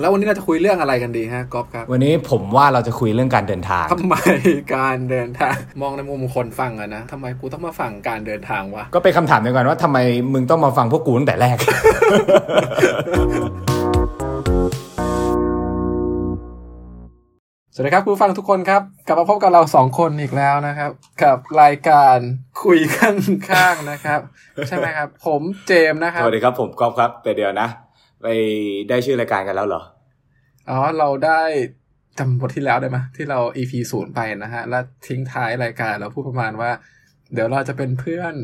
แล้ววันนี้เราจะคุยเรื่องอะไรกันดีฮะก๊อฟ ครับ วันนี้ผมว่าเราจะคุยเรื่องการเดินทาง ทำไมการเดินทาง มองในมุมของคนฟังอะนะทำไมกูต้องมาฟังการเดินทางวะ ก็เป็นคำถามเดียวกันว่าทำไมมึงต้องมาฟังพวกกูตั้งแต่แรก สวัสดีครับคุณผู้ฟังทุกคนครับ กลับมาพบกับเราสองคนอีกแล้วนะครับ กับรายการคุยข้างข้างๆ นะครับ ใช่ไหมครับ ผมเจมส์นะครั ส บ วัสดีครับผมกอฟครับแต่เดี๋ยวนะ ไปได้ชื่อรายการกันแล้วเหรอ อ๋อเราได้จำบทที่แล้วได้ไหมที่เรา EP ศูนย์ไปนะฮะแล้วทิ้งท้ายรายการเราพูดประมาณว่า เดี๋ยวเราจะเป็นเพื่อน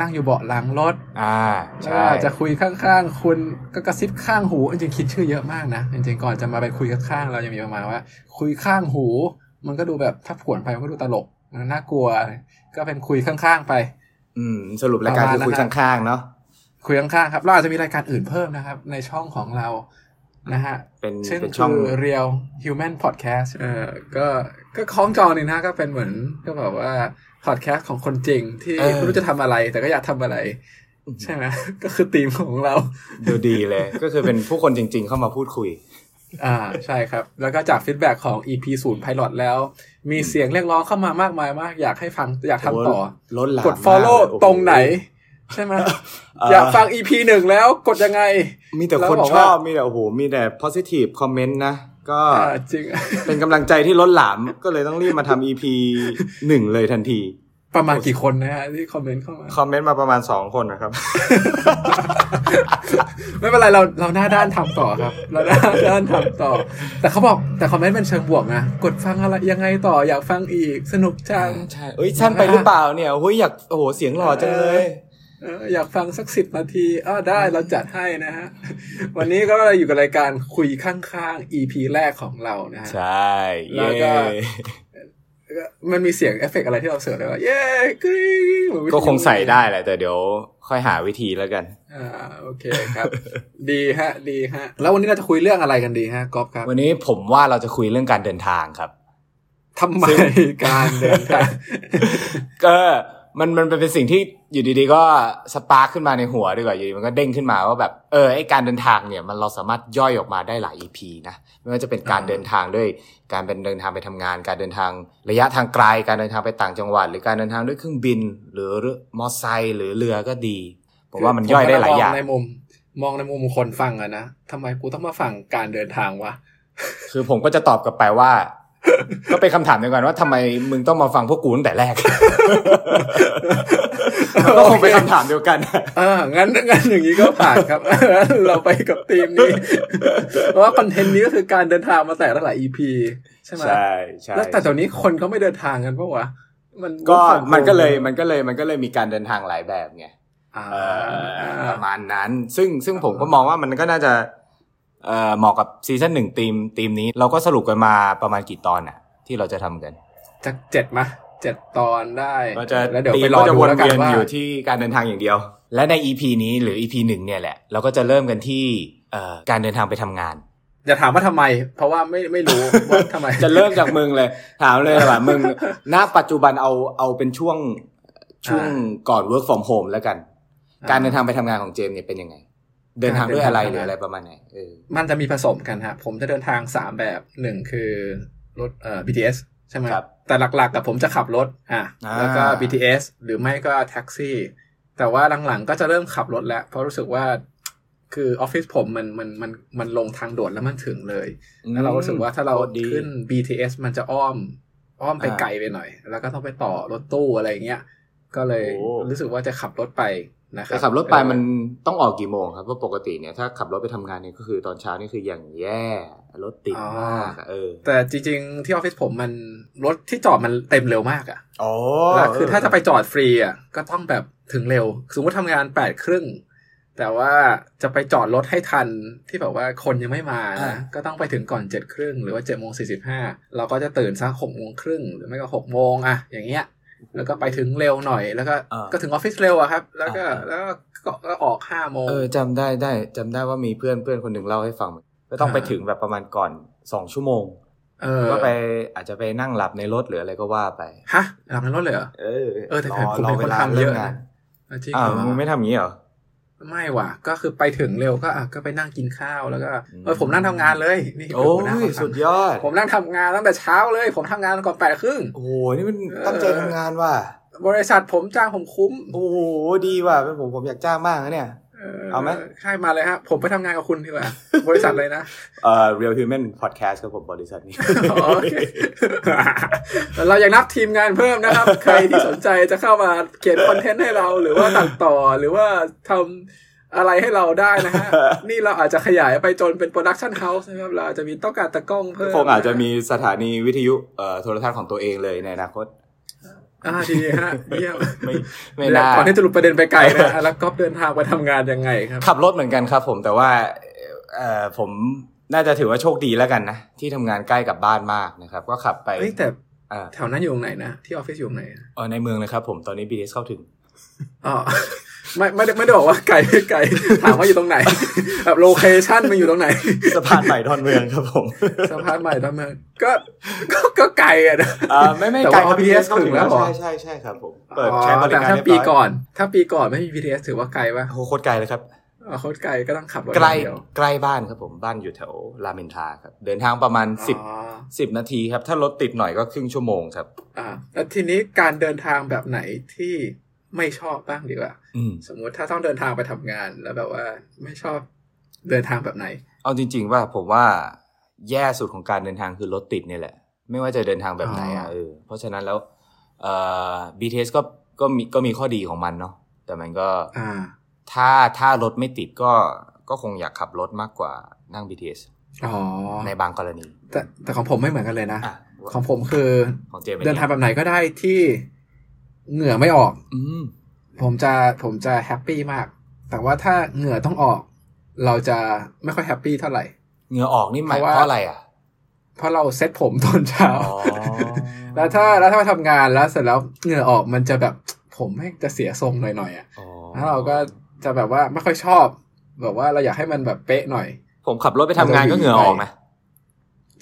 นั่งอยู่เบาะหลังรถ อ่า ใช่ ใช่ จะคุยข้างๆ คุณก็กระซิบข้างหูจริงๆคิดชื่อเยอะมากนะ จริงๆก่อนจะมาไปคุยข้างๆเรายังมีประมาณว่า คุยข้างหู มันก็ดูแบบถ้าผวนไปมันก็ดูตลกมันน่ากลัว ก็เป็นคุยข้างๆไป อืมสรุปรายการคือประคุยมาณนั้น ข้างๆเนาะ คุยข้างๆครับเราอาจจะมีรายการอื่นเพิ่มนะครับ ในช่องของเรานะฮะ เป็น เช่น เป็นช่ คื อง อ Real Human Podcast เออก็ก็คล้องจองนี่นะก็เป็นเหมือนก็แบบว่าพอดแคสต์ของคนจริงที่ไม่รู้จะทำอะไร แต่ก็อยากทำอะไร ใช่ไหม ก็คือธีมของเรา ดูดีเลย ก็คือเป็นผู้คนจริง ๆ เข้ามาพูดคุย อ่าใช่ครับ แล้วก็จากฟีดแบ็ของ EP ศูนย์ Pilot แล้ว มีเสียงเรียกร้องเข้ามามากมายมาก อยากให้ฟังอยากทำต่อ ล้นหลาม กด follow มากเลยโอ้โห ตรงไหน ใช่ไหม เอ่ออยอากฟัง EP หนึ่งแล้วกดยังไง มีแต่คน แล้วบอก ช ว่า อบมีแต่โอ้โหมีแต่ positive comment นะ ก็ อ่าจริง เป็นกำลังใจที่ล้นหลามก็เลยต้องรีบมาทำ EP หนึ่งเลยทันที ประมาณกี่คนนะฮะที่คอมเมนต์เข้ามา คอมเมนต์มาประมาณ 2 คนนะครับ ไม่เป็นไรเราเราหน้าด้านทำต่อครับ เราหน้าด้านทำต่อ แต่เขาบอกแต่คอมเมนต์เป็นเชิงบวกนะ กดฟังอะไรยังไงต่ออยากฟังอีกสนุกจัง ใช่เอ้ยสั้นไปหรือเปล่าเนี่ยเฮ้ยอยากโอ้โหเสียงหล่อจังเลย เอออยากฟังสักสิบนาทีอ้าได้เราจัดให้นะ ฮะ วันนี้ก็เราอยู่กับรายการคุยข้างๆ EP แรกของเรานะฮะ ใช่ แล้วเย้ก็ มันมีเสียงเอฟเฟกต์อะไรที่เราเสิร์ฟได้ว่าเย้กรี๊งเหมือนวิทยุ ก็คงใส่ได้แหละ แต่เดี๋ยวค่อยหาวิธีแล้วกัน อ่าโอเคครับ ดีฮะ ดีฮะ แล้ววันนี้เราจะคุยเรื่องอะไรกันดีฮะก๊อฟครับ วันนี้ผมว่าเราจะคุยเรื่องการเดินทางครับ ทำไมการเดินทาง ก็มันมันเป็นสิ่งที่อยู่ดีๆก็สปาร์คขึ้นมาในหัวดีกว่าอยู่ดีมันก็เด้งขึ้นมาว่าแบบเออไอการเดินทางเนี่ยมันเราสามารถย่อยออกมาได้หลาย EP นะไม่ว่าจะเป็นการ อ่า เดินทางด้วยการเป็นเดินทางไปทำงาน การเดินทางระยะทางไกลการเดินทางไปต่างจังหวัด หรือการเดินทางด้วยเครื่องบิน หรือมอเตอร์ไซค์หรือเรือก็ดี ผมว่ามันย่อยได้หลายอย่าง มในมุม มองในมุมคนฟังอะนะทำไมกูต้องมาฟังการเดินทางวะ คือผมก็จะตอบกลับไปว่า ก็เป็นคำถามเดียวกันว่าทำไมมึงต้องมาฟังพวกกูตั้งแต่ แรก มันก็คงเป็นคำถามเดียวกัน อ่างั้นงั้นอย่างนี้ก็ผ่านครับ เราไปกับทีมนี้ เพราะว่าคอนเทนต์นี้ก็คือการเดินทางมาแต่ละหลาย EP ใช่ไหม ใช่ แล้วแต่ตอนนี้คนเขาไม่เดินทางกันปะวะมัน ก็มันก็เลยมันก็เลยมันก็เลยมีการเดินทางหลายแบบไง อ่า เออประมาณนั้น ซึ่งซึ่งผมก็มองว่ามันก็น่าจะเอ่อเหมาะกับซีซั่นหนึ่งทีมทีมนี้ เราก็สรุปกันมาประมาณกี่ตอนอะที่เราจะทำกัน จากเจ็ดมาเจ็ดตอนได้ ก็จะ แล้วเดี๋ยว ธีม ไปรอ ก็จะ ดู วน แล้วกันเวียน ว่า อยู่ที่การเดินทางอย่างเดียว และใน EP นี้หรือ EP หนึ่งเนี่ยแหละ เราก็จะเริ่มกันที่เอ่อการเดินทางไปทำงาน จะถามว่าทำไม เพราะว่าไม่ไม่รู้ว่าทำไม จะเริ่มจากมึงเลย ถามเลยว่ามึงณปัจจุบันเอาเอาเป็นช่วงช่วงก่อน work from home แล้วกัน อ่า การเดินทางไปทำงานของเจมส์เนี่ยเป็นยังไง เดินทางด้วยอะไร การ ห เดินทาง รืออะไรประมาณไหนเออ มันจะมีผสมกันฮะผมจะเดินทางสามแบบหนึ่งคือรถเอ่อ BTS ใช่ไหม ครับ แต่หลักๆกับผมจะขับรถ อ่ะ อ่า แล้วก็ BTS หรือไม่ก็แท็กซี่ แต่ว่าหลังๆก็จะเริ่มขับรถแล้ว เพราะรู้สึกว่า คือออฟฟิศผมมันมันมันมันลงทางด่วนแล้วมันถึงเลย แล้วเรารู้สึกว่าถ้าเรา โคตดี ขึ้น BTS มันจะอ้อม อ้อมไป อ่า ไกลไปหน่อย แล้วก็ต้องไปต่อรถตู้อะไรอย่างเงี้ย ก็เลย โอ้ รู้สึกว่าจะขับรถไปนะครั แต่ บ ขับรถไป เออ มันต้องออกกี่โมงครับเพราะปกติเนี่ยถ้าขับรถไปทำงานเนี่ยก็คือตอนเช้านี่คืออย่างแย่รถติดมากอะเออ แต่จริงๆ ที่ออฟฟิศผมมันรถที่จอดมันเต็มเร็วมากอะ อ๋อ ่ะคือถ้าจะไปจอดฟรีอ่ะก็ต้องแบบถึงเร็ว สมมติทำงานแปดครึ่ง แต่ว่าจะไปจอดรถให้ทันที่แบบว่าคนยังไม่มา อ่า นะก็ต้องไปถึงก่อนเจ็ดครึ่งหรือว่าเจ็ดโมงสี่สิบห้าเราก็จะตื่นสักหกโมงครึ่งหรือไม่ก็หกโมงอะอย่างเงี้ย แล้วก็ไปถึงเร็วหน่อย แล้วก็ อ่า ก็ถึงออฟฟิศเร็วอะครับ แล้วก็ อ่า แล้วก็ก็ออกห้าโมง เออจำได้ได้จำได้ว่ามีเพื่อนเพื่อนคนหนึ่งเล่าให้ฟังก็ต้อง อ่า ไปถึงแบบประมาณก่อนสองชั่วโมง เออ ก็ไปอาจจะไปนั่งหลับในรถหรืออะไรก็ว่าไป ฮะหลับในรถเลยเหรอ เออ เออแต่ ร ผม ร เป็นคน วา ทำเยอะ ริ่มงา นะ น จริง อ้าว เหรอ มึงไม่ทำอย่างนี้เหรอ ไม่ว่ะ ก็คือไปถึงเร็วก็อ่ะก็ไปนั่งกินข้าวแล้วก็ อืม เออผมนั่งทำงานเลย นี่ โอ้ ผมนั่ง ย ทำงาน สุดยอด ผมนั่งทำงานตั้งแต่เช้าเลย ผมทำงานก่อนแปดครึ่ง โอ้โหนี่มันตั้งใจทำงานว่ะ บริษัทผมจ้างผมคุ้ม โอ้โหดีว่ะเป็นผมผมอยากจ้างมากนะเนี่ย เอาไหม ใช่มาเลยฮะ ผมไปทำงานกับคุณดีกว่า บริษัทเลย นะ เอ่อ Real Human Podcast ครับผมบริษัทนี้ โอเค เรายังนับทีมงานเพิ่ม นะครับ ใครที่สนใจจะเข้ามาเขียนคอนเทนต์ให้เรา หรือว่าตัดต่อหรือว่าทำอะไรให้เราได้นะ ฮะ นี่เราอาจจะขยายไปจนเป็นโปรดักชันเฮาส์นะครับเราอาจจะมีต้องการตะกล้องเพิ่ม คงอาจจะมีสถานีวิทยุเอ่อโทรทัศน์ของตัวเองเลยในอนาคต อ่าดีฮะเยี่ยม ไม่ไม่น่า ก่อนที่จะหลุดประเด็นไปไกลนะแล้วก็เดินทางไปทำงานยังไงครับ ขับรถเหมือนกันครับผมแต่ว่าเอ่อผมน่าจะถือว่าโชคดีแล้วกันนะ ที่ทำงานใกล้กับบ้านมากนะครับ ก็ขับไป เฮ้ยแต่ อ่า แถวนั้นอยู่ตรงไหนนะที่ออฟฟิศอยู่ตรงไหนอะ เอ่อในเมืองเลยครับผมตอนนี้ BTS เข้าถึง อ๋อ ไม่ไม่ได้ไม่ได้บอกว่าไกลไม่ไกลถามว่าอยู่ตรงไหน แบบโลเคชั่นมันอยู่ตรงไหน สะพานใหม่ดอนเมืองครับผม สะพานใหม่ทำไมก็ก็ก็ไกลอะนะ อ่าไม่ไม่ แต่ ไกล ว่า ครับ BTS BTS เข้าถึงแล้ว ถึงแล้วเหรอ ใช่ใช่ใช่ครับผมเปิดใช้บริ แต่ การ ถ้า เรียบ ปี ร้อย ก่อน ถ้าปีก่อนไม่มี BTS ถือว่าไกลปะ โอ้โหโคตรไกลเลยครับ อ๋อโคตรไกลก็ต้องขับรถ ใกล้ อย่างเดียว ใกล้บ้านครับผมบ้านอยู่แถวรามอินทราครับ เดินทางประมาณสิบ อ๋อ สิบนาทีครับ ถ้ารถติดหน่อยก็ครึ่งชั่วโมงครับ อ่าแล้วทีนี้การเดินทางแบบไหนที่ไม่ชอบบ้างดีกว่า อืม สมมุติถ้าต้องเดินทางไปทำงานแล้วแบบว่าไม่ชอบเดินทางแบบไหน เอาจริง ๆ ว่าผมว่าแย่สุดของการเดินทางคือรถติดเนี่ยแหละ ไม่ว่าจะเดินทางแบบไหนอ่ะ อ๋อ เออเพราะฉะนั้นแล้วเอ่อ BTS ก็ก็มีก็มีข้อดีของมันเนาะแต่มันก็ อ่า ถ้าถ้ารถไม่ติดก็ก็คงอยากขับรถมากกว่านั่ง BTS อ๋อ ในบางกรณี แต่แต่ของผมไม่เหมือนกันเลยนะ อ่ะ ของผมคือ ของเจมส์ป็ เดิน ไง ทางแบบไหนก็ได้ที่เหงื่อไม่ออก อืม ผมจะผมจะแฮปปี้มาก แต่ว่าถ้าเหงื่อต้องออก เราจะไม่ค่อยแฮปปี้เท่าไหร่ เหงื่อออกนี่หมาย เพราะว่า เพราะอะไรอ่ะ เพราะเราเซ็ตผมตอนเช้า อ๋อ แล้วถ้าแล้วถ้าไปทำงานแล้วเสร็จแล้วเหงื่อออกมันจะแบบผมแม่งจะเสียทรงหน่อยๆอ่ะ อ๋อ แล้วเราก็จะแบบว่าไม่ค่อยชอบแบบว่าเราอยากให้มันแบบเป๊ะหน่อย ผมขับรถไปทำงานก็เหงื่อออกนะ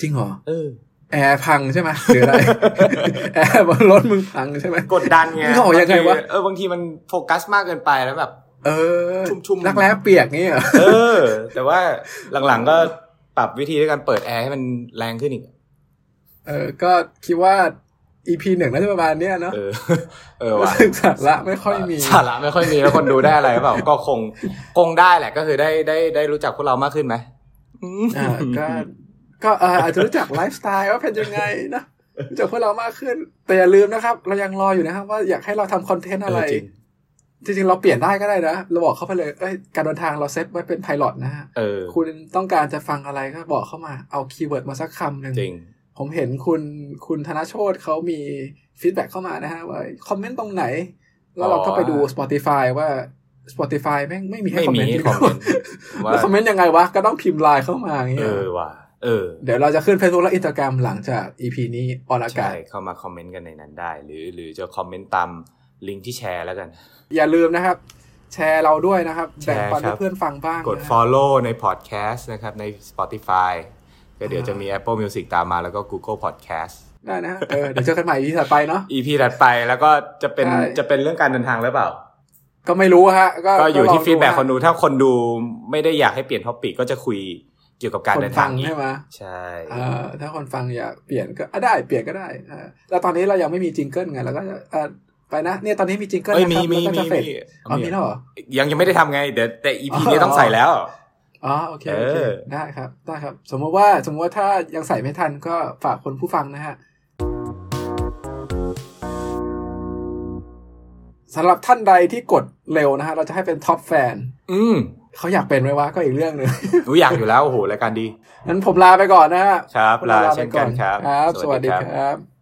จริงเหรอ เออ แอร์พังใช่ไหมหรืออะไร แอร์บนรถมึงพังใช่ไหม กดดันไง เหงื่อออกยังไงวะ บาทีเออบางทีมันโฟกัสมากเกินไปแล้วแบบ เออ ชุ่มๆ รักแร้เปียกงี้เหรอ เออ แต่ว่าหลังๆก็ปรับวิธีด้วยการเปิดแอร์ให้มันแรงขึ้นอีก เออ ก็คิดว่า EP หนึ่งน่าจะประมาณเนี้ยเนาะ เออ เออว่ะ สาระไม่ค่อยมี สาระไม่ค่อยมีแล้วคนดูได้อะไรหรือเปล่า ก็คงคงได้แหละก็คือได้ได้ได้รู้จักพวกเรามากขึ้นไหมอืม อ่า ก็ ก็เอ่ออาจจะรู้จักไลฟ์สไตล์ว่าเป็นยังไงนะรู้จักพวกเรามากขึ้น แต่อย่าลืมนะครับ เรายังรออยู่นะครับ ว่าอยากให้เราทำคอนเทนต์ เอ อะไร อจริง จริงๆ เราเปลี่ยนได้ก็ได้นะ เราบอกเข้าไปเลย เอ้ย การเดินทางเราเซตไว้เป็นไพลอตนะฮะ เออ คุณต้องการจะฟังอะไรก็บอกเข้ามา เอาคีย์เวิร์ดมาสักคำหนึ่ง จริง ผมเห็นคุณคุณธนโชตเขามีฟีดแบ็กเข้ามานะฮะว่าคอมเมนต์ตรงไหน แล้วเราก็ไปดู อ๋อ Spotify ว่า Spotify แม่งไม่มีให้ ไม่ คอมเมมีนต์ ให้ เลย คอมเมนต์ว่า แล้วคอมเมนต์ยังไงวะ ก็ต้องพิมพ์ไลน์เข้ามาอย่าง เอ เงี้ย อว่ะ เออ เดี๋ยวเราจะขึ้น Facebook และ Instagram หลังจาก EP นี้ออนอากา ใช่ ศ เข้ามาคอมเมนต์กันในนั้นได้ หรือหรือจะคอมเมนต์ตามลิงก์ที่แชร์แล้วกัน อย่าลืมนะครับ แชร์เราด้วยนะครับ แช แบ่ง ร์ ปัน ครั ให้ บ เพื่อนฟังบ้างนะ กด ฮะ Follow ใน Podcast นะครับ ใน Spotify ก็เดี๋ยวจะมี Apple Music ตามมาแล้วก็ Google Podcast ได้นะฮะเออเดี๋ยวเจอกันใหม่ EP ถัดไปเนาะ EP ถัดไปแล้วก็จะเป็น ใช่ จะเป็นเรื่องการเดินทางหรือเปล่า ก็ไม่รู้ฮะ ก็ ก็อยู่ที่ ลง ฟีดแบ็คน ฮะ ดูถ้าคนดูไม่ได้อยากให้เปลี่ยนท็อปิกก็จะคุยเกี่ยวกับการ คน เดิน ฟั ทาง ง อีก ใช่ไหม ใช่ เอ่อถ้าคนฟังอยากเปลี่ยนก็อ่ะได้เปลี่ยนก็ได้อ่าแล้วตอนนี้เรายังไม่มีจิงเกิลไงเราก็จะเอ่อไปนะเนี่ยตอนนี้มีจิงเกิล เอ้ย นะค มี รับ มี แล้วก็ มี จะเฟด มี อ๋อมีแล้วเหรอ ยังยังไม่ได้ทำไงเดี๋ยวแต่ EP นี้ อ๋อ ต้องใส่แล้ว อ๋อโอเคโอเค เออ ได้ครับได้ครับ สมมติว่าสมมติว่าถ้ายังใส่ไม่ทันก็ฝากคนผู้ฟังนะฮะสำหรับท่านใดที่กดเร็วนะฮะเราจะให้เป็นท็อปแฟน อืม เขาอยากเป็นไหมวะก็อีกเรื่องหนึ่ง รู้อยากอยู่แล้วโอ้โหรายการดี นั้นผมลาไปก่อนนะฮะ ครับลาเช่นกัน อ ครับ ครับ สวัสดีครับ